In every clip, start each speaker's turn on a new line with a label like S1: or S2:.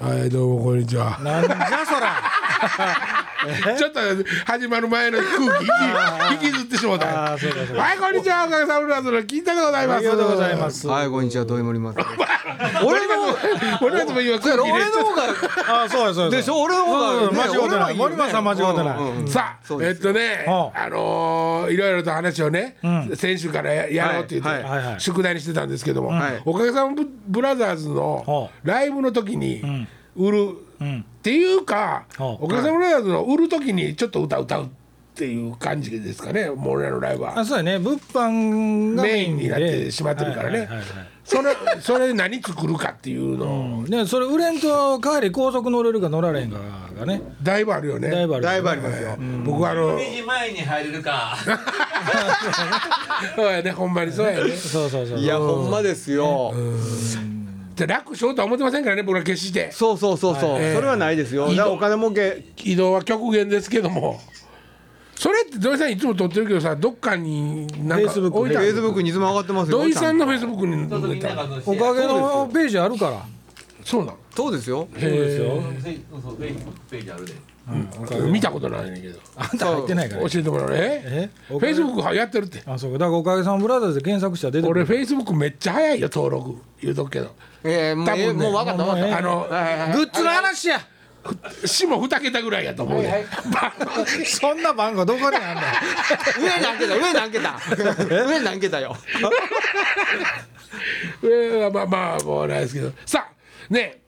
S1: はいどうもこんにちは
S2: なんじゃそら
S1: ちょっと始まる前の空気引き引きずってしもうた
S2: あ
S1: は
S2: あそうかそうか
S1: いこんにちはおかげさまでの金太でございます
S2: ありがとうございます
S3: はい、こんにちは、どうもり ます。
S1: 俺の俺のも今空気入れ
S3: 俺の方が、
S2: ああそうやそうや
S3: でしょ俺の方が
S2: うんうん間違ってない
S3: 俺の方がいいよね
S2: 森松さん間違ってない
S3: うんうんうん
S1: さあ
S3: そう
S1: えっ
S3: です
S1: とね
S2: は
S1: あのーいろいろと話をね、先週からややろうって言って、
S3: はい
S2: はいはい
S1: 宿題にしてたんですけども、
S3: はい
S1: おかげさまブラザーズの
S2: は
S1: ライブの時に売る、っていうか、
S2: は
S1: おかげさまブラザーズの売る時にちょっと歌歌うっていう感じですかねもう俺らのライブは
S2: あ。そうやね物販が
S1: メインになっ
S2: で
S1: てしまってるから
S2: はいはい
S1: ね
S2: はいはい
S1: それそれで何作るかっていうの
S2: ねそれ売れんと帰り高速乗れるか乗られんかがね
S1: だいぶあるよね
S2: だいぶある
S3: だいぶありますよ。
S1: 僕はあの
S4: 2時前に入れるか。
S1: そうやねほんまにそうやね
S2: そうそうそう
S3: いや、ほんまですよ。
S1: で楽しようとは思ってませんからね僕ら決して
S3: そうそうそうそう、それはないですよ。だからお金儲け、
S1: 移動は極限ですけどもそれって土井さんいつも撮ってるけどさどっかになんか
S2: Facebook
S1: 置い
S3: フ
S1: た
S3: ェイスブックにいつも上がってますよ。
S1: 土井さんの
S3: ち
S1: フ
S3: ゃ
S1: ェイスブックに
S4: ちょっと
S1: 載
S4: みん
S1: せた
S4: ながそのシ
S2: お
S4: ェア
S2: かげのページあるから
S1: そうなの
S3: そうですよ。
S4: そうそう、フェイスブックページあるで。
S1: 見たことないねんけど
S2: あんた入ってないから
S1: 教えてもらうね
S2: え
S1: フェイスブックはやってるって
S2: あそうかだからおかげさんブラザーズで検索したら出てく
S1: 俺
S2: る
S1: フェイスブックめっちゃ早いよ登録言うとくけど
S3: えー、もう、
S1: 多分ね
S3: えーもう分かった、分かっ
S1: あの
S2: グッズの話や
S1: 市も2桁ぐらいやと思うね
S2: そんな番号どこにあんだ
S3: た。上何桁、上何桁。 上何桁よ。
S1: 上はまあまあもうないですけどさあね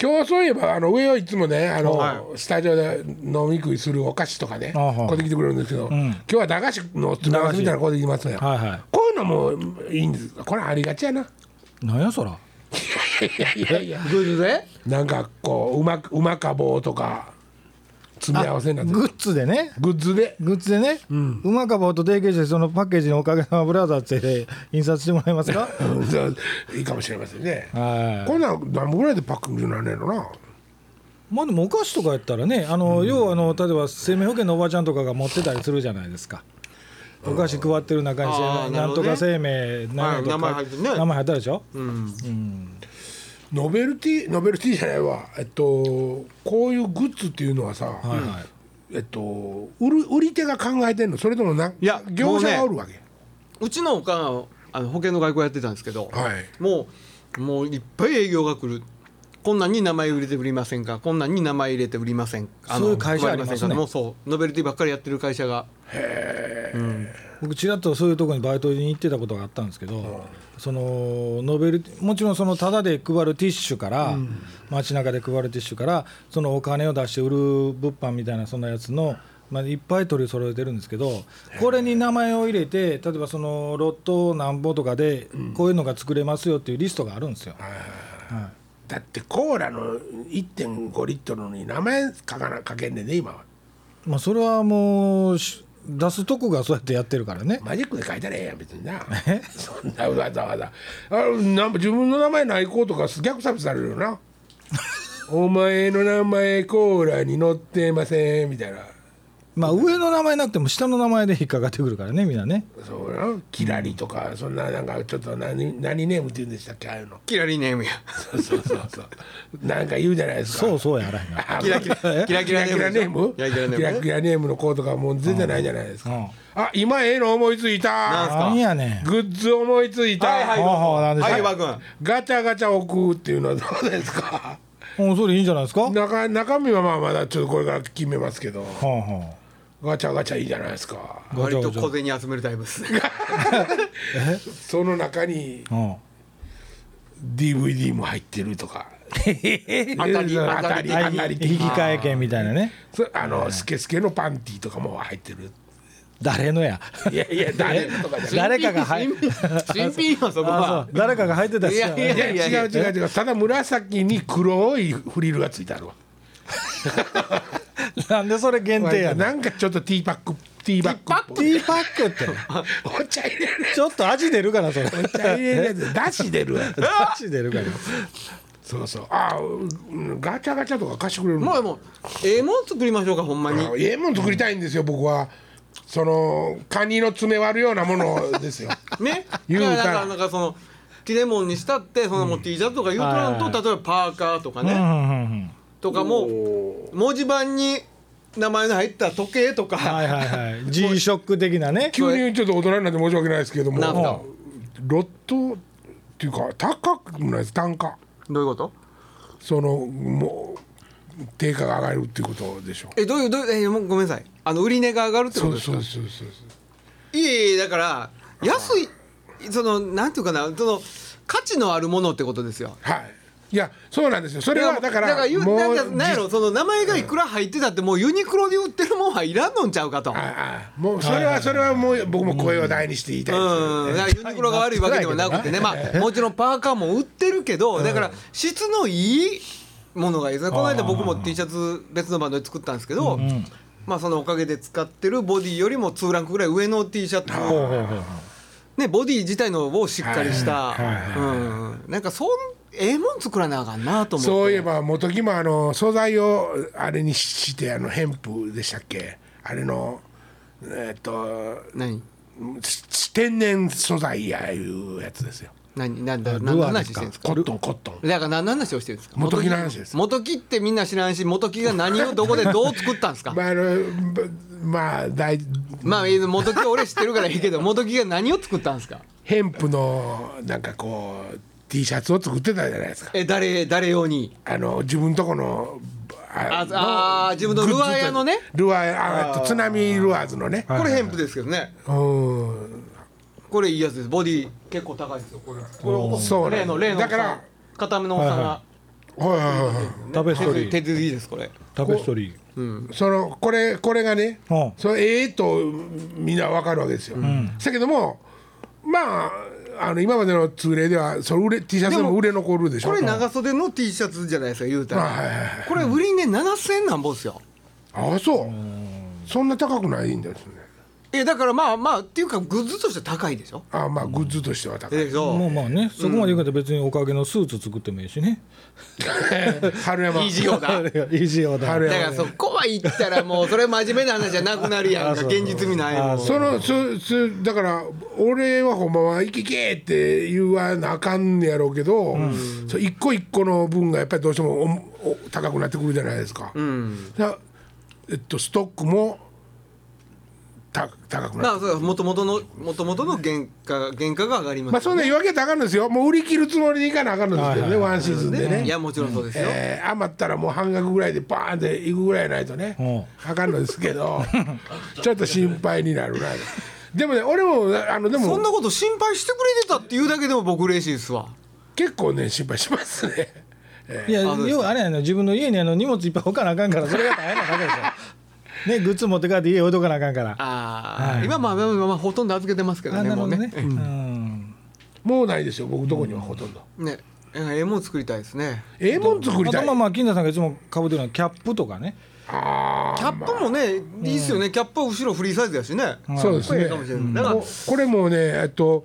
S1: 今日そういえばあの上をいつもねあの、スタジオで飲み食いするお菓子とかね
S2: あは
S1: こうできてくれるんですけど、今日は駄菓子の詰め合わせみたいなこうできますのよ、
S2: はいはい
S1: こういうのもいいんですこれありがちやな
S2: なんやそら
S1: いやいやいや
S3: グッズで。
S1: なんかこううまくうまか棒とか詰め合わせになって
S2: グ
S1: る
S2: ッズでね
S1: グッズで
S2: グッズでね、うまか棒と提携してそのパッケージにおかげさまブラザーズで印刷してもらえますか
S1: うんそういいかもしれませんね
S2: はい
S1: こんなん何本ぐらいでパックンになんねえのな
S2: まあでもお菓子とかやったらねあの、要はあの例えば生命保険のおばちゃんとかが持ってたりするじゃないですかお菓子配ってる中に
S3: あ
S2: 生
S3: ー
S2: 命
S3: な
S2: な
S3: る
S2: んと
S3: ほどね
S2: か生命なんやとか
S3: はい名前入ってるね
S2: 名前入ったでしょ、
S1: ノベルティノベルティじゃないわえっとこういうグッズっていうのはさ、
S2: はいはい
S1: えっと売る売り手が考えてんのそれともない
S3: や
S1: 業者が
S3: も
S1: お
S3: うね
S1: るわけ、
S3: うちのおかん、あの保険の外交やってたんですけど。
S1: はい
S3: もう、もういっぱい営業が来る。こんなんに名前入れて売りませんか。こんなんに名前入れて売りません。あの
S2: そういう会社ありますね
S3: 配もうそう、ノベルティばっかりやってる会社が。
S2: 僕ちらっとそういうところにバイトに行ってたことがあったんですけど、そのノベルもちろんそのタダで配るティッシュから、街中で配るティッシュからそのお金を出して売る物販みたいなそんなやつの、まあ、いっぱい取り揃えてるんですけどこれに名前を入れて例えばそのロットなんぼとかでこういうのが作れますよっていうリストがあるんですよ。
S1: だってコーラの1.5リットルに名前書かな書けんねんね今は
S2: まあ、それはもうし出すとこがそうやってやってるからね。
S1: マジックで書いたらええやん別になそんなわざわざあなん自分の名前ない子とか逆差別されるよなお前の名前コーラに載ってませんみたいな
S2: まあ、上の名前なくても下の名前で引っかかってくるからねみんなね。
S1: そうなキラリとかそんななんかちょっと何何ネームって言うんでしたっけああいうの
S3: キラリネームや。
S1: そうそうそうそうなんか言うじゃないですか
S2: そうそうやあらへんが。
S1: あ
S3: キラキラ。キラキ
S1: キラキラ
S3: ラ
S1: ネ
S3: ネ
S1: ー
S3: ー
S1: ム
S3: ム。
S1: キラキラネームの子とかもう全然ないじゃないですか、
S2: うん
S1: あ今ええの思いつい
S3: なん
S1: た
S3: すか
S2: 何やねん。
S1: グッズ思いついた、
S3: はいはい。
S2: ああなんでしょう
S3: はい、和君。
S1: ガチャガチャ置くっていうのはどうですか
S2: うん、それいいんじゃないですか。は
S1: 中中身はまあまだちょっとこれから決めますけど
S2: あ、は
S1: ガチャガチャいいじゃないですか
S2: あ、
S3: 割と
S2: ごちゃご
S3: 小
S2: ちゃ
S3: 銭集めるタイプですね。
S1: その中に
S2: うん、
S1: DVD も入ってるとか当
S3: たり
S1: 当たり
S3: 当た
S1: 当たり
S2: 引き換え券みたいなね。
S1: そあのスケスケのパンティとかも入ってる
S2: 誰のや。
S1: いやいや 誰のとかじゃない
S2: 誰かが入っ。
S3: 新品よ、そこ
S2: あ
S3: は
S2: そ。う誰かが入ってた
S3: い
S2: し。
S3: やい
S1: いや
S3: やいやい
S1: 違
S3: や
S1: う。違う違うただ紫に黒いフリルがついてあるわ
S2: なんでそれ限定やねん。
S1: なんかちょっとティーパックティーバッグっぽ
S2: テ
S1: い
S2: ィーパックって。
S1: お茶入れる
S2: ちょっと味出るから、それ。
S1: お茶入れるやつだし出るわ
S2: 味出るから。
S1: そうそうあうんガチャガチャとか貸してくれるの
S3: もうもう、ええもん作りましょうか、ほんまに。
S1: あええもん作りたいんですよ僕はそのカニの爪割るようなものですよ
S3: ね。
S1: 言うたら
S3: だからなんかその、ティレモンにしたってそのもう T シャツとか言うとらんと、
S2: はい
S3: 例えばパーカーとか
S2: うんう
S3: ね、
S2: んうんうん
S3: とかも文字盤に名前の入った時計とか、
S2: はいはいはい G ショック的なね
S1: 急にちょっと大人になって申し訳ないですけども
S3: なんだ
S1: ロットっていうか高くないです単価
S3: どういうこと
S1: そのもう定価が上がるっていうことでしょ
S3: えどういうどういうえもうごめんなさいあの売り値が上がるって
S1: そ
S3: こと
S1: う
S3: です
S1: そう
S3: か
S1: そうそうそう
S3: いえいえだから安いそのなんていうかなその価値のあるものってことですよ
S1: はいいやそうなんですよそれはだから
S3: だから言うなんか
S1: じ
S3: なんやろその名前がいくら入ってたってもうユニクロで売ってるもんはいらんのんちゃうかと。
S1: ああもうそれはそれはもう僕も声を大にして言いたいですよ
S3: うん、だからユニクロが悪いわけでもなくてね、まあ、もちろんパーカーも売ってるけど、だから質のいいものがいいですね、この間僕も T シャツ、別のバンドで作ったんですけど、まあ、そのおかげで使ってるボディよりも2ランクぐらい上の T シャツ
S2: ほう
S3: を、
S2: ほうほうほ
S3: ね、ボディ自体のをしっかりした
S1: はいはい、
S3: うんなんかそん、ええもん作らなあかんなと思って。
S1: そういえば元木もあの素材をあれにしてあのヘンプでしたっけあれのえーっと
S3: 何
S1: つ天然素材やいうやつですよ
S3: 何何だ
S2: ルアー
S3: 何の話
S2: ですか
S3: してるんですか
S1: コットンコットン
S3: だから何の話をしてるんですか
S1: 元木の話です
S3: 元木ってみんな知らんし元木が何をどこでどう作ったんで すか
S1: まああのぶまあ大
S3: まあ元木は俺知ってるからいい けど元木が何を作ったんですか
S1: ヘンプのなんかこう T シャツを作ってたじゃないですか
S3: え誰誰用に
S1: あの自分とこの
S3: ああー自分のルアー屋のね
S1: ルアーああと津波ルアーズのね、
S3: これヘンプですけどね
S1: うん
S3: これいいやつですボディ結構高いですよこれ
S1: おーそう
S3: こ
S1: ね
S3: れ例の例の
S1: だから
S3: 片目のおっさんが、
S1: はいはいはい
S2: うんタペストリ
S3: 手
S2: ー
S3: 作りですこれ
S2: タペストリー
S1: そのこれこれがね、
S2: うん
S1: そのええとみんなわかるわけですよ。だけどもまああの今までの通例ではその売れ T シャツでも売れ残るでしょ。
S3: これ長袖の T シャツじゃないですか言うた
S1: あはいはいは
S3: らこれ売り値7000円なんぼですよ
S1: あそうそんな高くないんですね。
S3: えだからまあまあっていうかグッズとして高いでしょ
S1: あまあグッズとしては高い。
S3: だけど
S2: もうまあねそこまで言うけど別におかげのスーツ作ってもいいしね
S1: 春山
S3: いい事業 だ
S2: あれはいい事業だ
S1: 春
S3: だか
S1: 山
S3: らそこは言ったらもうそれ真面目な話じゃなくなるやんか現実味ないもん
S1: そのそそだから俺はほんまは「行け行け!」って言わなあかんねやろうけど、そう一個一個の分がやっぱりどうしてもおお高くなってくるじゃないですか。だえっと、ストックもた高くな
S3: ま
S1: っ
S3: あ
S1: て
S3: そう元々の元々の原価原価が上がります
S1: まあそんな言い訳はあかんのですよもう売り切るつもりでいかなあかんのですけどね、ワンシーズンでね
S3: いやもちろんそうですよ、
S1: えー余ったらもう半額ぐらいでバーンっていくぐらいないとね、
S2: う
S1: あかんのですけど ちょっと心配になるなでもね俺もあのでも
S3: そんなこと心配してくれてたっていうだけでも僕嬉しいですわ
S1: 結構ね心配しますね
S2: いや
S3: あそうです
S2: 要
S3: か
S2: はあれやね自分の家にあの荷物いっぱい置かなあかんからそれが大変なだけです よねグッズ持って帰って家置いとかなあかんから
S3: ああ、今まあまあまあまあほとんど預けてますけど
S2: あ
S3: ね
S2: なる
S3: も
S2: ほ
S3: う
S2: ど
S3: ね
S2: ねうん
S1: もうないですよ僕どこにはほとんど、
S3: ねええもん作りたいですね
S1: ええもん作り
S2: あ
S1: た
S2: と
S1: い
S2: まあまあ金田さんがいつもかぶってるのはキャップとかね
S1: あ
S3: キャップもねいいっすよねキャップは後ろフリーサイズやしね
S1: ーそうです
S3: これい
S1: ね
S3: いかもしれないだから
S1: ここれもねえっと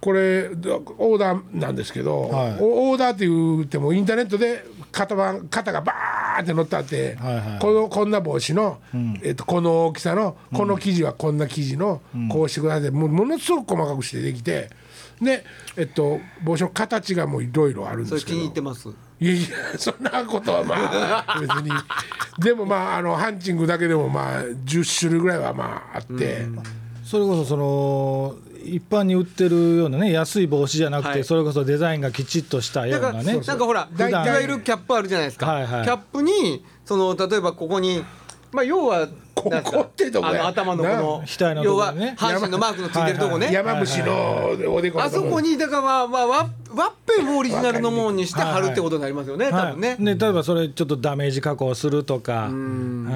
S1: これどオーダーなんですけど、
S2: はい
S1: おオーダーって言ってもインターネットで型番型がバーって載ったって、
S2: はいはい
S1: このこんな帽子の、えっと、この大きさのこの生地はこんな生地の、こうしてくださいってもうものすごく細かくしてできてで、えっと、帽子の形がもういろいろあるん
S3: そ
S1: で
S3: れ
S1: すけ
S3: 気
S1: ど
S3: に入ってます
S1: いやいやそんなことはまあ別にでもまああのハンチングだけでもまあ10種類ぐらいはまああって、
S2: それこそその一般に売ってるようなね安い帽子じゃなく
S3: は
S2: て
S3: い
S2: それこそデザインがきちっとしたよ
S3: だ
S2: う
S3: か
S2: な
S3: ら
S2: ね
S3: なんかほら
S2: 段
S3: いわゆるキャップあるじゃないですか、
S2: はいはい
S3: キャップにその例えばここにまあ要は
S1: こ
S3: なんす
S1: こってとこや
S3: あの頭のこの
S2: な額のとこ
S3: 要
S2: ろ
S3: は
S2: ね
S3: 阪神のマークのついてるとこね、
S2: はい
S1: 山伏のおでこの
S3: あ
S1: と
S3: そ
S1: こ
S3: こにだからまあまあワッワッペンをオリジナルのものにして貼るってことになりますよね、
S2: は
S3: 多
S2: い
S3: 分ね、
S2: ね例えばそれちょっとダメージ加工するとか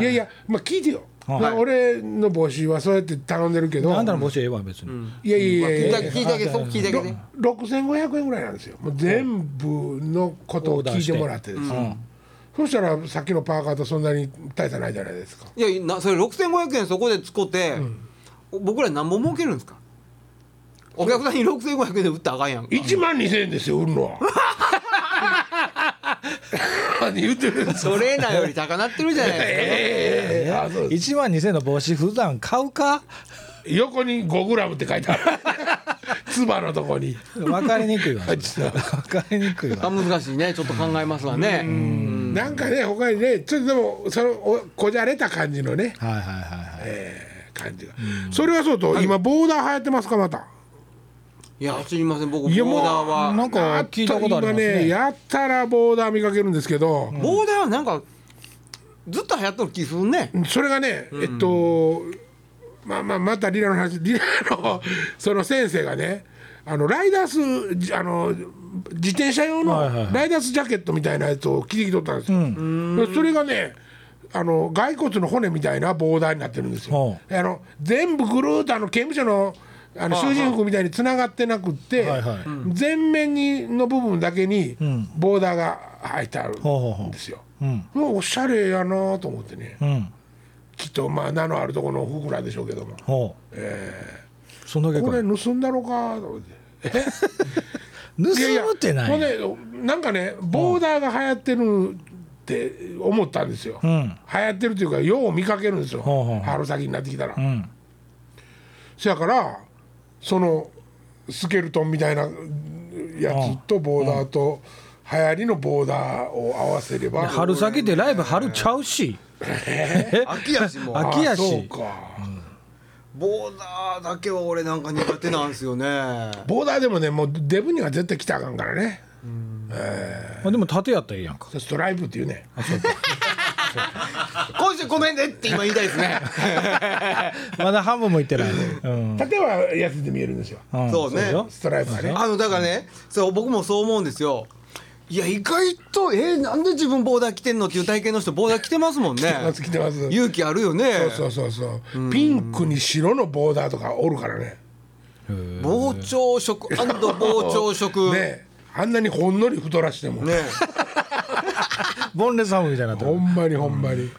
S1: いやいやまあ聞いてよ、
S2: はい
S1: まあ俺の帽子はそうやって頼んでるけど
S2: あんたの帽子はええわ別に
S1: いやいやいやいや
S3: 聞いた聞いただけそう聞いただけね
S1: ろ6500円ぐらいなんですよもう全部のことを聞いてもらってです、そしたらさっきのパーカーとそんなに大差ないじゃないですか
S3: いやなそれ6500円そこで使って、僕ら何本儲けるんですかお客さんに6500円で売ったらあかんやんか
S1: 1万2000円ですよ売るのは 何言ってるんですか
S3: トレーナーより高なってるじゃないですか、
S1: ええええええあそうです
S2: 1万2000の帽子普段買うか
S1: 横に5グラムって書いてあるつばのとこに
S2: 分かりに くいわ
S1: あいつは
S2: 分かりにくいわ
S3: あ難しいねちょっと考えますわねうん
S1: なんかね他にねちょっとでもそのおこじゃれた感じのね、
S2: はいはいはいはい
S1: えー感じが、それはそうと今ボーダー流行ってますかまた
S3: いや知りません僕ボ
S1: いやもう
S3: ーダーは
S2: なんか聞いたことあります
S1: 今ね
S2: ね
S1: やったらボーダー見かけるんですけど、
S3: ボーダーはなんかずっと流行っとる気するね
S1: それがね、えっとまあまあまたリラの話リラのその先生がねあのライダースじあの自転車用
S2: はいはいは
S1: の
S2: い
S1: ライダースジャケットみたいなやつを着てきとったんですよ、それがねあの骸骨の骨みたいなボーダーになってるんですよ
S2: ほ、
S1: あの全部ぐるーっとあの刑務所のあの囚人服みたいにつながってなくって、
S2: はいはい
S1: 全面にの部分だけに
S2: ん
S1: ボーダーが入ってあるんですよ、
S2: うん
S1: うわおしゃれやなと思ってね、
S2: うん
S1: きっとまあ名のあるところの服なんでしょうけども
S2: ほうええそんだけか
S1: これ
S2: 盗
S1: 盗んだろかと思って
S2: む
S1: いやいや
S2: ってない
S1: ほんでなんかねボーダーが流行ってるって思ったんですよ、
S2: う
S1: 流
S2: ん
S1: 行ってるというかよう見かけるんですよ、
S2: ほうほうほう
S1: 春先になってきたら、
S2: うん
S1: そやからそのスケルトンみたいなやつとボーダーと流行りのボーダーを合わせれば
S2: 春先でライブ春ちゃうし
S3: 秋やしもう
S2: 秋
S1: あ
S2: やし
S1: そうか、
S3: ボーダーだけは俺なんか苦手なんですよ ね
S1: ボーダーでもねもうデブには絶対来たらあかんからね
S2: まあでも縦やったらいいやんか
S1: ストライプっていうね
S3: 今週ごめんねって今言いたいですね
S2: まだ半分もいってないうん
S1: 縦は痩せて見えるんですよ
S2: ん
S3: そうね
S2: でしょ
S1: ストライプはね
S3: あのだからねそう僕もそう思うんですよいや意外とえー、なんで自分ボーダー着てんのっていう体型の人ボーダー着てますもん ね
S1: 来てます来てます
S3: 勇気あるよね
S1: そうそうそうそうピンクに白のボーダーとかおるからね
S3: 膨張色膨張色ね
S1: ねあんなにほんのり太らしても
S2: ボンレスハムみたいになって
S1: ほ
S2: る
S1: んまにほんまに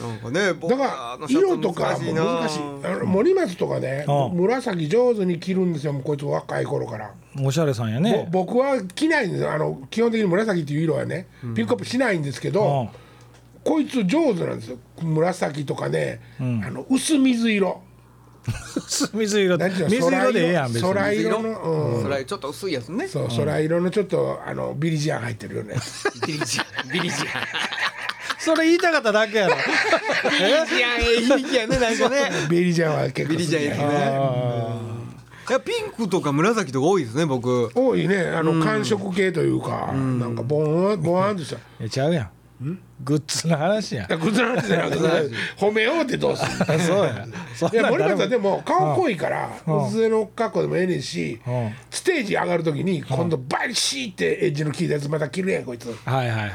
S3: なんかねボ
S1: だ
S3: ーダ
S1: か
S3: ー
S1: ら
S3: のシャツ
S1: 色とかも難しい
S3: な
S1: あの森松とかね
S2: うん
S1: 紫上手に着るんですよもうこいつ若い頃から
S2: おしゃれさんや
S1: ぼ
S2: ね
S1: 僕は着ないんですよあの基本的に紫っていう色はねピックアップしないんですけ
S2: うん
S1: どこいつ上手なんですよ紫とかねあの薄水色
S2: 水色
S1: なんていうの
S2: 水色でええやん別に
S1: 空
S3: 水
S1: 色
S3: 色
S1: のうん
S3: それちょっと薄いやつね
S1: そう、空色のちょっとあのビリジアン入ってるよ ね。
S3: ビリジアンビリジ
S2: それ言いたかっただ けやろ
S3: アンビリジアンええ響きやねなんかね
S1: ビリジアンは結構
S3: ビ
S1: 好
S3: リ
S1: き
S3: ジ
S1: だ
S3: アン
S1: よ
S3: やねいやピンクとか紫とか多いですね僕
S1: 多いね、あの寒色系というか、なんかボーンボワンとした。い
S2: えちゃうやんグッズの話やん
S1: や、くずらんじゃなくて、褒めようってどうする。
S2: あそうやそん
S1: いや、
S2: なん
S1: 森
S2: 誰
S1: 松
S2: も
S1: はでも顔濃いから、普通の格好でもええねんし
S2: うん。
S1: ステージ上がるときに、今度バリシーってエッジの効いたやつ、また着るやん、こいつ。
S2: はいはいはいはい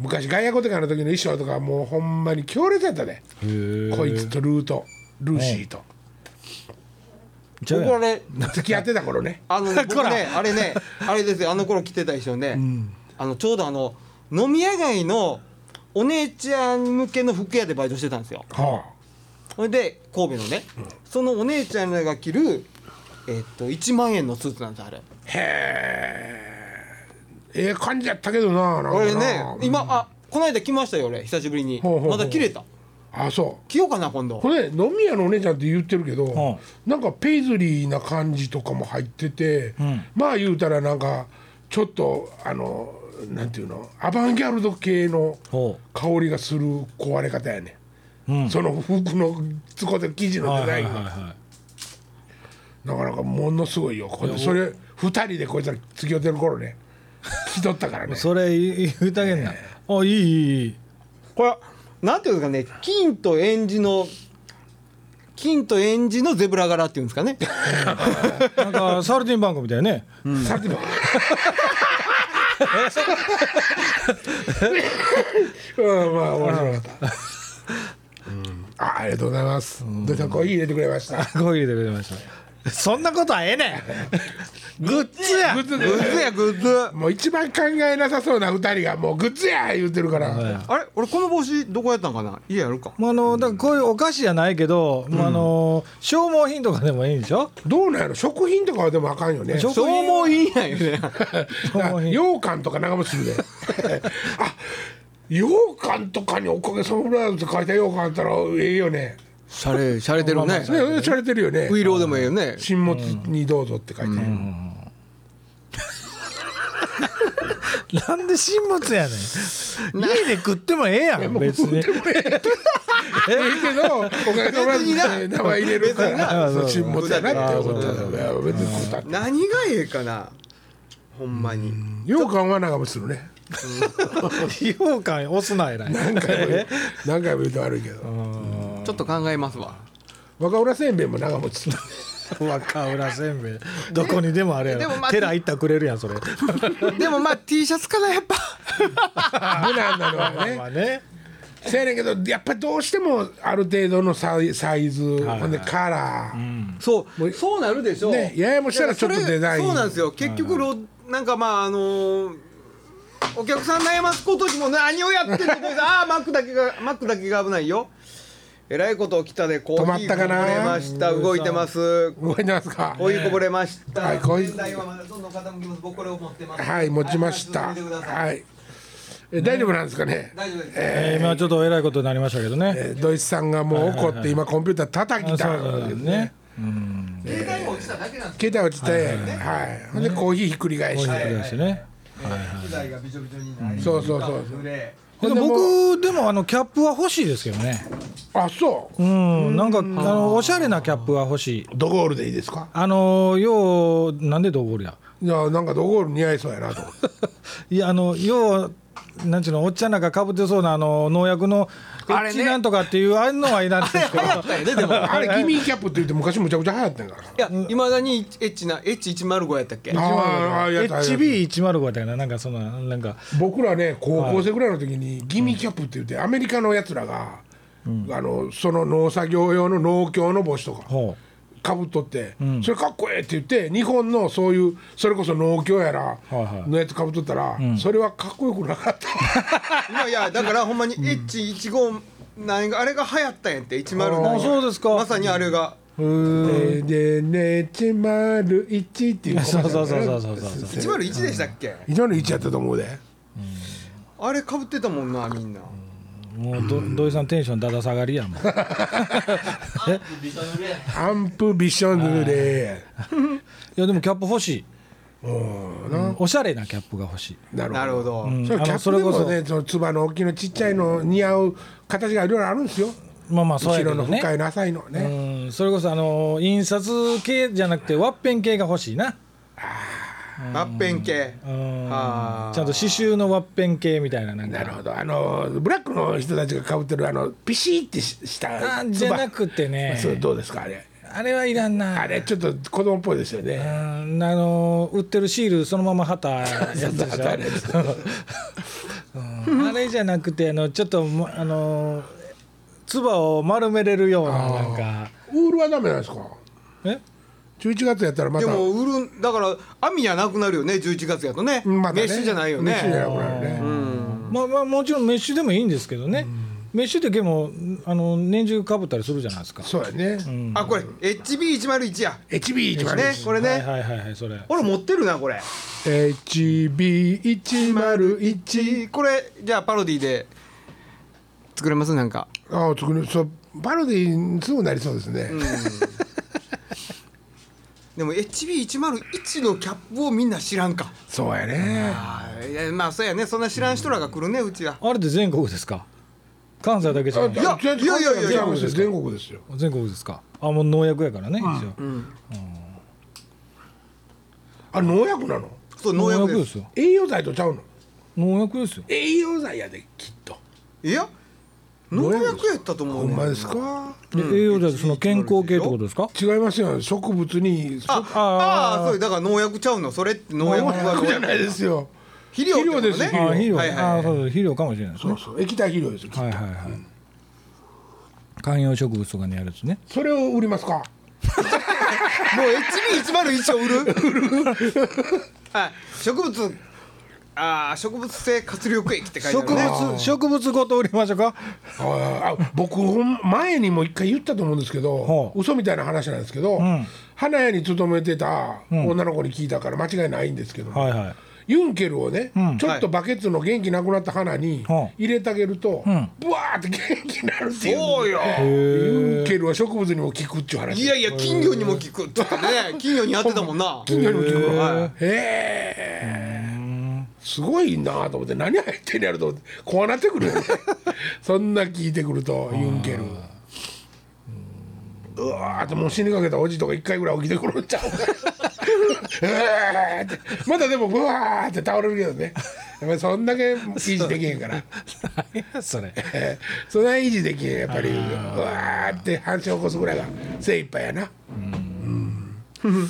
S1: 昔外野コテカの時の衣装とか、もうほんまに強烈やったね。こいつとルート、ルーシーと。
S2: ちゃう
S3: 僕
S2: や
S3: は
S2: ん
S3: ね
S1: 付き合ってた頃ね。
S3: あのね僕ねあれねあれですよあの頃着てた衣装ね、あのちょうどあの飲み屋街のお姉ちゃん向けの服屋でバイトしてたんですよ
S1: は
S3: それで神戸のね、そのお姉ちゃんらが着るえっと1万円のスーツなんですよあれ
S1: あ。へえ。ええ感じやったけどな。なんかな
S3: これね今あこの間来ましたよ俺久しぶりに
S1: ほうほうほう
S3: まだ着れた
S1: あそ
S3: 着ようかな今度
S1: うこれ飲み屋のお姉ちゃんって言ってるけど、
S2: う
S1: なんかペイズリーな感じとかも入ってて、
S2: ん
S1: まあ言うたらなんかちょっとあのなんていうのアバンギャルド系の
S2: ほ
S1: 香りがする壊れ方やね、
S2: うん
S1: その服のつこてる生地
S2: う
S1: の
S2: はい
S1: デ
S2: は
S1: ザイ
S2: い
S1: ンが、
S2: はいは
S1: なかなかものすごいよこれそれ2人でこいつら付き合ってる頃ね 着とったからね
S2: いそれ言う言うたげんなあいいいいいい
S3: これなんていうんですかね金とエンジの金とエンジのゼブラ柄っていうんですかね
S2: なんかサルティンバンクみたいなね
S1: さてもうん、まあ面白かった。うんあありがとうございます。どうしたコーヒー入れてくれました。
S2: コーヒーでくれましたそんなことはええねんグッズや
S1: グッズ
S3: グッズやグッズ
S1: もう一番考えなさそうな二人がもうグッズや言ってるから。は
S3: あれ俺この帽子どこやったんかな家やるか
S2: もうあのだからこういうお菓子じゃないけど、もうあの消耗品とかでもいいんでしょ
S1: いどうなんやろ食品とかはでもあかんよね。
S2: 消
S3: 消耗品なんよね
S2: 耗品
S1: 羊羹とか長持ちするで。 あ、羊羹とかにおかげさまでって書いた羊羹あったらええよね。
S3: シャレ、シャレてるね。
S1: それしゃれてるよね
S3: ウイローでもいいよね。
S1: 沈没にどうぞって書いてある、
S2: なんで新物やねん家で食ってもええやん別に
S1: ええけどお金もらって名前入れるか
S3: 別にな
S1: ら
S2: そう
S1: そう沈没やなって思ったんだよ別にこうたって
S3: 何がええかな。ほんまに。
S1: 羊羹は長持ちするね
S2: 羊羹押すな偉い
S1: 何回も言う何回も言うと悪いけど
S3: ちょっと考えますわ。
S1: 若浦せんべいも長持ちする
S2: 若浦せんべいどこにでもあれや
S3: でもま
S2: ろ
S3: あ
S2: 寺行ったらくれるやん それ
S3: でもまあ T シャツかなやっぱ。
S1: 無難なのはね
S2: まあね
S1: せやねんけどやっぱどうしてもある程度のサイサイズ、ほんでカラー、
S3: そう、そうなるでしょう。
S1: ねややもしたらちょっとデザイン
S3: そうなんですよ。結局ロなんかまああのーお客さん悩ますことにも何をやって んのこいつああマックだけがマックだけが危ないよ。えらいこと起きたでコーヒー
S1: 止まったかな
S3: こぼれました動いてます。
S1: 動いてますか
S3: コーヒーこぼれました。
S1: はいこういう
S4: 現代はまだどんどん傾きます。僕これを持ってます。
S1: はい持ちました
S4: はい続けてください
S1: はいえ大丈夫なんですかね
S4: 大丈夫です。
S2: えー今ちょっとえらいことになりましたけどね
S1: えドイツさんがもう怒って今コンピューター叩き
S2: あそ
S1: た
S2: うそうそうね
S4: 携帯も落ちただけなんです。
S1: 携帯落ちてはいほんでコーヒーひっくり返
S2: こういう
S1: し
S2: こと
S1: て
S2: ですね
S4: 機材がびちょびちょになり。
S1: そうそうそう
S4: 濡れ。
S2: で
S1: ほんで
S2: も
S1: も
S2: 僕でもあのキャップは欲しいですけどね
S1: あそう
S2: うんなんかあのおしゃれなキャップは欲しい
S1: ドゴールでいいですか
S2: あのようなんでドボールや
S1: いやなんかドゴール似合いそうやなと思って
S2: いやあの要はなんちゅうのおっちゃんなんかかぶってそうなあの農薬のエ
S3: あ
S2: ッ
S3: れね
S2: チなんとかっていうあんのはいなんですけど
S1: あれギミーキャップって言って昔むちゃくちゃ流行ってんから
S3: いや未だにエッチなエッチ105やったっけ。
S1: あーあーやったやった
S2: HB105 だからなんかそのなんか
S1: 僕らね高校生ぐらいの時にギミーキャップって言ってアメリカのやつらが、あのその農作業用の農協の帽子とか
S2: ほ
S1: かぶっとって、それかっこええって言って日本のそういうそれこそ農協やら
S2: いはい
S1: のやつかぶっとったら、それはかっこよくなかった。
S3: いやいやだからほんまにエッチ105なんかあれが流行ったんやって105。
S2: あそうですか
S3: まさにあれが。
S2: ううー
S1: ででねちまる一っていう。
S2: そうそうそうそうそうそう
S3: 101でしたっけ。
S1: 一の一やったと思うで。
S3: あれ被ってたもんなみんな。
S2: もうど土井さんテンションだだ下がりやもん
S4: あびしょ濡れ。
S1: アンプビションズで。
S2: いやでもキャップ欲しいうんおしゃれなキャップが欲しい
S1: なる
S3: なる
S1: ほ
S3: ほ
S1: ど。
S3: ど。
S2: ん
S1: それ
S2: あの
S1: キャッ
S2: そ
S1: プ
S2: れ
S1: で
S2: こそ
S1: もね、そのつばの大きいのちっちゃいの似合う形がいろいろあるんですよ。
S2: まあまあそう
S1: 後
S2: やけ
S1: ろ
S2: ど
S1: の
S2: ね
S1: 深いの浅いのね。
S2: うんそれこそあの印刷系じゃなくてワッペン系が欲しいな
S3: ワッペン系。
S2: うん
S3: あー
S2: ちゃんと刺繍のワッペン系みたいななん
S1: なる
S2: か
S1: ほどあのブラックの人たちがかぶってるあのピシーってしした
S2: あ
S1: つば
S2: じゃなくてね
S1: そうどうですかあれ
S2: あれはいらんな
S1: あれちょっと子供っぽいですよ
S2: う
S1: ね
S2: んあの売ってるシールそのまま貼ったやつでしょ
S1: 貼ったやつ
S2: うんあれじゃなくてあのちょっともあの唾を丸めれるようななんか
S1: ウールはダメなんですか
S2: え
S1: 11月やったらま
S3: で
S1: た
S3: も売るんだから網やなくなるよね11月やとね。
S1: うん
S3: メ
S1: またね
S3: ッシュじゃないよ
S1: メッシュじゃ
S3: ね。
S1: なくなるね
S2: まあまあもちろんメッシュでもいいんですけどねメッシュってでもあの年中かぶったりするじゃないですか
S1: そうやね
S3: あこれ HB101 や。
S1: HB101
S3: ねこれ
S2: はい
S3: ね。
S2: はいはいはいそれ
S3: 俺持ってるなこれ。
S1: HB101
S3: これじゃあパロディで作れますなんか。
S1: ああ作るそうパロディーすぐなりそうですね
S3: でも HB101 のキャップをみんな知らんか。
S1: そうやね
S3: いやまあそうやねそんな知らん人らが来るねうちは。
S2: あれって全国ですか関西だけじゃない
S3: や
S1: 全
S3: いやいやいや
S1: 全国です全国ですよ
S2: 全国ですかあもう農薬やからね一応
S1: あ農薬なの
S3: そう農
S2: 農薬
S3: 薬で。
S2: ですすよ
S1: 栄養剤とちゃうの
S2: 農薬ですよ
S1: 栄養剤やできっと
S3: いや農薬やったと思
S1: ほ
S3: うね
S1: んまですか
S2: で栄養剤ってその健康系ってことですか
S1: 違いますよ植物にそ
S3: ああーそうだから農薬ちゃうのそれって農薬
S1: 農薬じゃない
S3: は
S1: ですよ
S3: 肥料ってことね
S1: 肥料です
S2: あー肥料、
S3: はいはいはい
S2: あーそうそう肥料かもしれないです
S1: そ
S2: ね
S1: うそう液体肥料ですよきっと
S2: はいはいはい、観葉植物とかにやるやつね
S1: それを売りますか
S3: もう HB101 を売る はい植物あー植物性活力液って書いてあ
S2: 植
S3: るね
S2: 物植物ごと売りましょう
S1: あ
S2: か
S1: ーあ僕ほん前にも一回言ったと思うんですけど
S2: ほう
S1: 嘘みたいな話なんですけど、
S2: ん
S1: 花屋に勤めてた女の子に聞いたから間違いないんですけど、
S2: はいはい
S1: ユンケルをね、
S2: ん
S1: ちょっとバケツの元気なくなった花に
S2: はあ
S1: 入れてあげると、
S2: ん
S1: ブワーって元気になるっていう
S3: そうよ
S1: ユンケルは植物にも効くっちゅう話
S3: いやいや金魚にも効くってね金魚にやってたもんな
S1: 金魚にも効く
S2: へ
S1: わ
S2: ー
S1: へえすごいなと思って何入ってんねやろと思ってこうなってくるよねそんな聞いてくるとユンケルうんうわーってもう死にかけたおじとか一回ぐらい起きてくるんちゃううわーってまだでもうわーって倒れるけどねやっぱりそんだけ維持できへんから。
S2: それ
S1: えーそれは維持できへんやっぱりうわーって反射を起こすぐらいが精一杯やなうん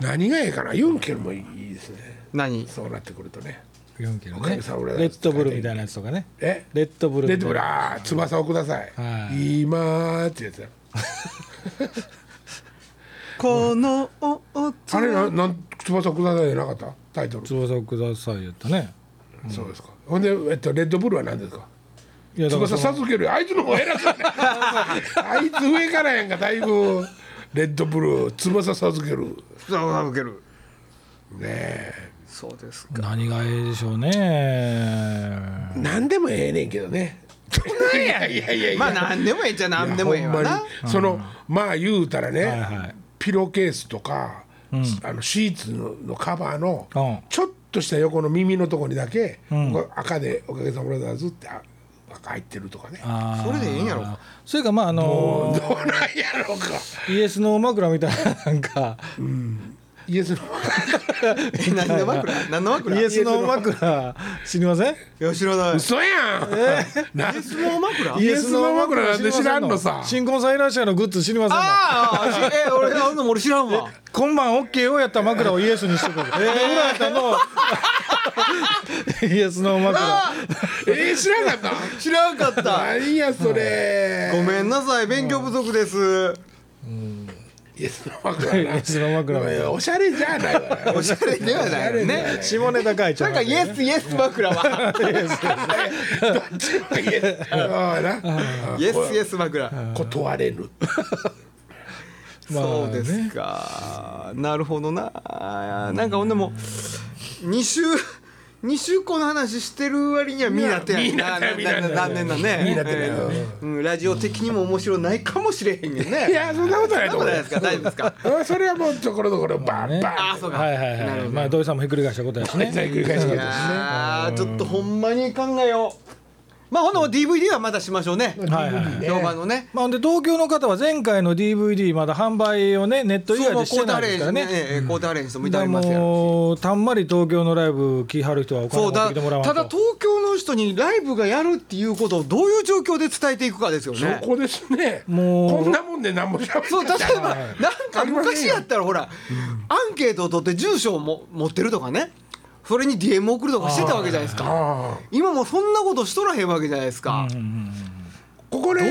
S1: 何がええかなユンケルもいいですね
S3: 何
S1: そうなってくるとね
S2: ユンケルね
S1: おか
S2: レ
S1: げさまで俺ら
S2: ッドブルみたいなやつとかね
S1: え
S2: レッドブル
S1: レ
S2: み
S1: ッド
S2: た
S1: ブ
S2: いな
S1: ラー翼をください
S2: はい
S1: 今ーってやつや
S3: このおおつ
S1: あれななん翼をくださいじゃなかったタイトル
S2: 翼をくださいやったね
S1: そうですかほんでえっとレッドブルは何ですか
S2: いやだからそ
S1: 翼
S2: の
S1: 授けるよあいつの方が偉 そうねあいつ上からやんかだいぶレッドブル翼授けるね
S3: 受ける
S1: え
S3: そうです
S2: 何がええでしょうね
S1: 何でもええねんけどね。いやいやいやいや。
S3: まあ何でもええっちゃ何でもええわ
S1: いやほ
S3: な
S1: んまにそのまあ言うたらね、
S2: はいはい
S1: ピローケースとか、あのシーツのカバーの、
S2: うん
S1: ちょっとした横の耳のとこにだけ、
S2: ん
S1: これ赤でおかげさまブラザーズってあ赤入ってるとかね。
S2: あー
S3: それでええんやろ か
S2: それかまああ
S1: どう
S2: の
S1: なんやろうか。
S2: イエスの枕みたいななんか
S1: イエスの
S3: え何の枕何の
S2: イ
S3: 枕
S2: エスの枕知りません
S3: いや知らない
S1: 嘘やん。なん
S3: イエスの枕
S1: イエスの枕なんで知らんのさ
S2: 新婚さんいらっしゃいのグッズ知りませんの
S3: ああしえ俺あんのも俺知らんわ
S2: 今晩 OK をやった枕をイエスにしてく れる、えー、裏やったのをイエスの枕
S1: えー、知らなかっ。
S3: 知らんかったた
S1: 何やそれ。
S3: ごめんなさい勉強不足です
S1: イエスの枕な。
S2: イエスの枕
S1: ごめんおしゃれじゃないわ。
S3: おしゃれではないね
S2: 下ネタ書いちゃ
S3: な
S2: うん
S3: かイエスイエス枕は
S1: どっちもイエス。ああな。
S3: イエスイエス枕
S1: 断れぬ。
S2: まあね
S3: そうですかなるほどななんかほんでも2週2週この話してる割には見なってない
S1: 見なってない見なってない
S3: 残念なね
S1: 見なってない
S3: うんうんラジオ的にも面白ないかもしれへんけどね
S1: いやそんなことない
S3: そ
S1: と
S3: ん
S1: 思う
S3: なことないですか大丈夫ですか
S1: あそれはもうところどころバンバ
S3: あ
S1: ン。
S3: そうか
S2: はいはい
S3: なる
S2: は
S3: ほ
S2: い
S3: ど
S2: まあ土井さんもひっくり返したことやし
S1: 絶
S2: ね
S1: 対繰り返してく
S3: い
S1: るしね。
S3: やーちょっとほんまに考えようまあほんの DVD はまだしましょうね
S2: はいはいはい
S3: 評判のね
S2: まあ、ほんで東京の方は前回の DVD まだ販売をねネット以外でしてないですからね
S3: ええコートアレンジともい
S2: だ
S3: た
S2: か
S3: だ
S2: ら
S3: きますよ
S2: もうたんまり東京のライブ来はる人はお金持
S3: そう
S2: って
S3: だ
S2: きてもらわん
S3: ただ東京の人にライブがやるっていうことをどういう状況で伝えていくかですよ
S1: そ
S3: ね
S1: こですね。
S2: もう
S1: こんなもんで何もしゃべって
S3: そう例えばなんか
S1: ありませんよ
S3: 昔やったらほらアンケートを取って住所をも持ってるとかねそれに DM 送るとかしてたわけじゃないですか
S1: ああ
S3: 今もうそんなことしとらへんわけじゃないですか、
S1: ここで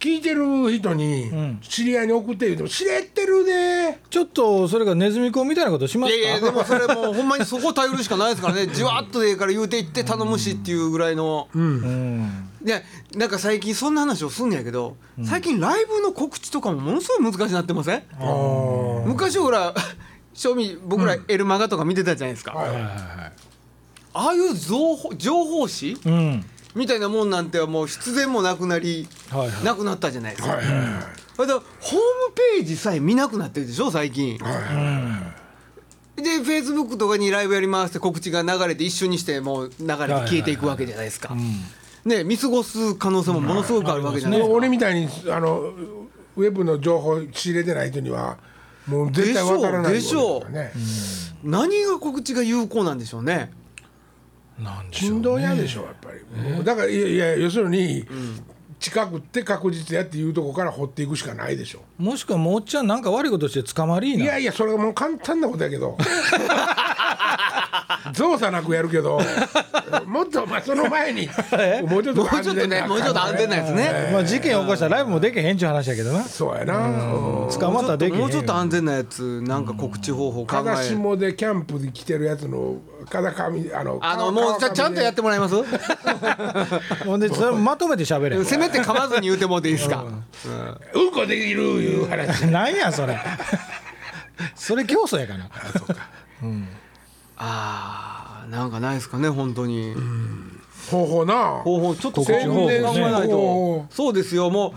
S1: 聞いてる人に知り合いに送って言うても知れてるね。
S2: ちょっとそれがネズミ子みたいなことしま
S3: い
S2: すか
S3: やいやでもそれもうほんまにそこ頼るしかないですからねじわっとでいいから言うていって頼むしっていうぐらいの、
S2: うん
S3: いやなんか最近そんな話をすんねやけど、最近ライブの告知とかもものすごい難しくなってません
S1: ああ。
S3: 昔ほら正味僕らエルマガとか見てたじゃないですか、
S1: はい
S2: はいはいはい
S3: ああいう情報情報誌
S2: うん
S3: みたいなもんなんてはもう必然もなくなり、
S2: はいはい
S3: なくなったじゃないですか、
S1: はいは
S3: それでホームページさえ見なくなってるでしょ最近、でフェイスブックとかにライブやりますって告知が流れて一緒にしてもう流れて消えていくわけじゃないですか、ね見過ごす可能性もものすごくあるわけじゃない
S1: い。
S3: ですか、
S1: 俺みたいにあのウェブの情報仕入れてない人にはもう絶対わからない
S3: でしょう
S1: ことだからね。
S3: 何が告知が有効なんでしょうね
S2: なんでしょ
S1: 振
S2: う
S1: 動嫌でしょやっぱり、もうだからいやいや要するに、近くって確実やっていうとこから掘っていくしかないでしょ
S2: もしくはもうおっちゃんなんか悪いことして捕まり
S1: い
S2: な
S1: やいやそれがもう簡単なことやけど造作なくやるけどもっとまあその前 にもうちょっ
S3: も
S1: と
S3: うちょっとねもうちょっと安全なやつね、
S2: まあ事件起こしたらライブもできへんちゅう話やけどな
S1: そうやな、うん
S2: 捕まったらできへん
S3: もうちょっと安全なやつなんか告知方法考
S1: 風
S3: え
S1: 下でキャンプで来てるやつの風上あの
S3: あのもうちゃちゃんとやってもら えます
S2: ほんでそれまとめて喋れ
S3: せめて噛まずに言うてもらっていいですか
S1: うんこできるいう話
S2: なんやそれそれ競争やから
S3: ああなんかないですかね本当に、
S1: 方法な
S3: 方法ちょっと
S1: 告知
S3: 方法考え
S1: 方法
S3: ない
S1: ね
S3: とそうですよも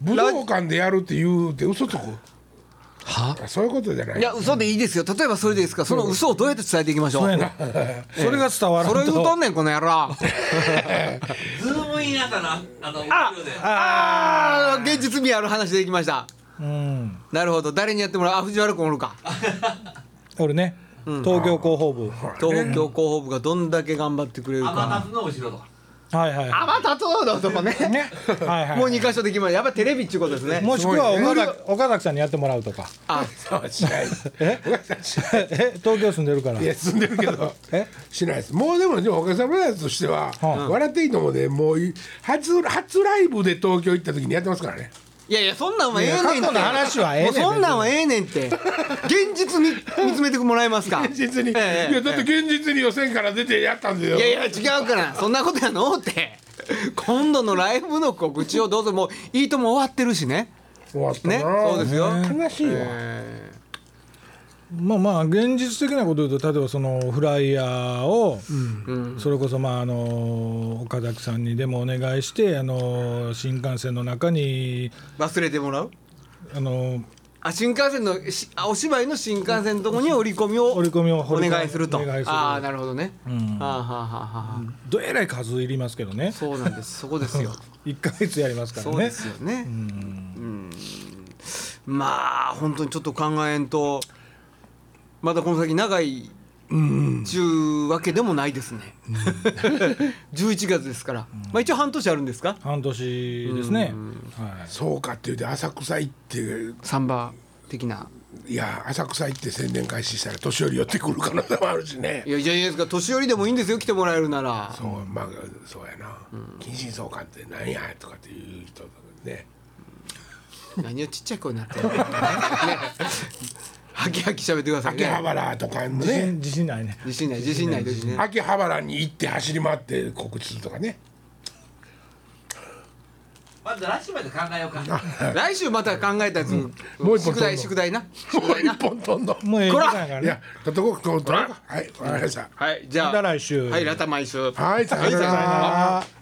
S1: 武道館でやるって言うて嘘つく
S3: は
S1: あそういうことじゃな
S3: う
S1: い
S3: いや嘘でいいですよ例えばそれでいいですかその嘘をどうやって伝えていきましょう
S2: そうや
S3: そ
S2: なそれが伝わらん
S3: れ言うと
S2: と
S3: んねんこの野郎
S4: ズームインかなあの
S3: あ
S4: 後ろで
S3: あー現実味ある話できました
S2: うん
S3: なるほど誰にやってもらうあ藤原君おるか
S2: 俺ね東京広報部
S3: 東京広報部がどんだけ頑張ってくれる
S4: 天
S3: か
S4: 達の後ろとか
S2: はいはい
S3: あまたどうだとかね
S2: ねはいはい
S3: もう2箇所できましたやっぱりテレビっちゅうことですね
S2: もしくは岡崎岡崎さんにやってもらうと か
S3: あ
S1: そう し ない
S2: え
S1: しない
S2: え東京住んでるから
S1: いや住んでるけど
S2: え
S1: しないですもうでもでもおかげさまでとしては、
S2: はい
S1: 笑っていいと思うでもうい初初ライブで東京行った時にやってますからね
S3: いやいやそんなんはええねんっ
S2: い
S3: て
S2: や過去の話はええねん
S3: もうそんなんはええねんって現実に見つめてもらえますか
S1: 現実に、
S3: ええ
S1: いやだって現実に予選から出てやったんですよ
S3: いやいや違うからそんなことやのって今度のライブの告知をどうぞもういいとも終わってるしね
S1: 終わったな
S3: ねそうですよ
S1: 悲しいわ、
S3: え
S2: まあまあ現実的なこと言うと例えばそのフライヤーをそれこそまああの岡崎さんにでもお願いしてあの新幹線の中に
S3: ー忘れてもらう
S2: あの
S3: あ新幹線のしあお芝居の新幹線のとこに折り込みを
S2: 折り込みを
S3: お願いすると
S2: お願いする
S3: ああなるほどね、ああはあはあはあ
S2: どえらい数いりますけどね
S3: そうなんですそこですよ
S2: 1ヶ月やりますから
S3: そうで
S2: ね
S3: すよね。うんまあ本当にちょっと考えんとまだこの先長いちゅうわけでもないですね。11月ですから、まあ一応半年あるんですか
S2: 半年ですねはい
S1: そうかって言うて浅草行って
S3: サンバ的な。
S1: いや浅草行って宣伝開始したら年寄り寄ってくる可能性もあるしね
S3: いやいやいやですか年寄りでもいいんですよ来てもらえるなら。
S1: そうまあそうやな近親相関ってなんやとかっていう人とかね
S3: 何をちっちゃい声になってるの、ね、はきはき喋ってください
S1: 秋葉
S3: ね。
S1: 原とかの
S2: 自信
S1: ね
S2: 自信ないね
S3: 自信ない自信ないですね。
S1: 秋葉原に行って走り回って告知するとかね
S4: まず来週まで考えようか
S3: 来週また考えたやつ、
S1: もう一本
S3: 宿題宿題な。
S1: もう一本飛んどん
S2: もうええ時
S3: こら
S2: 間やから
S1: い
S2: ね
S1: やととこととこはいわかりました
S3: はいじゃあ。
S2: また来週
S3: はい、ラタ毎週。
S1: はいさようなら
S2: あー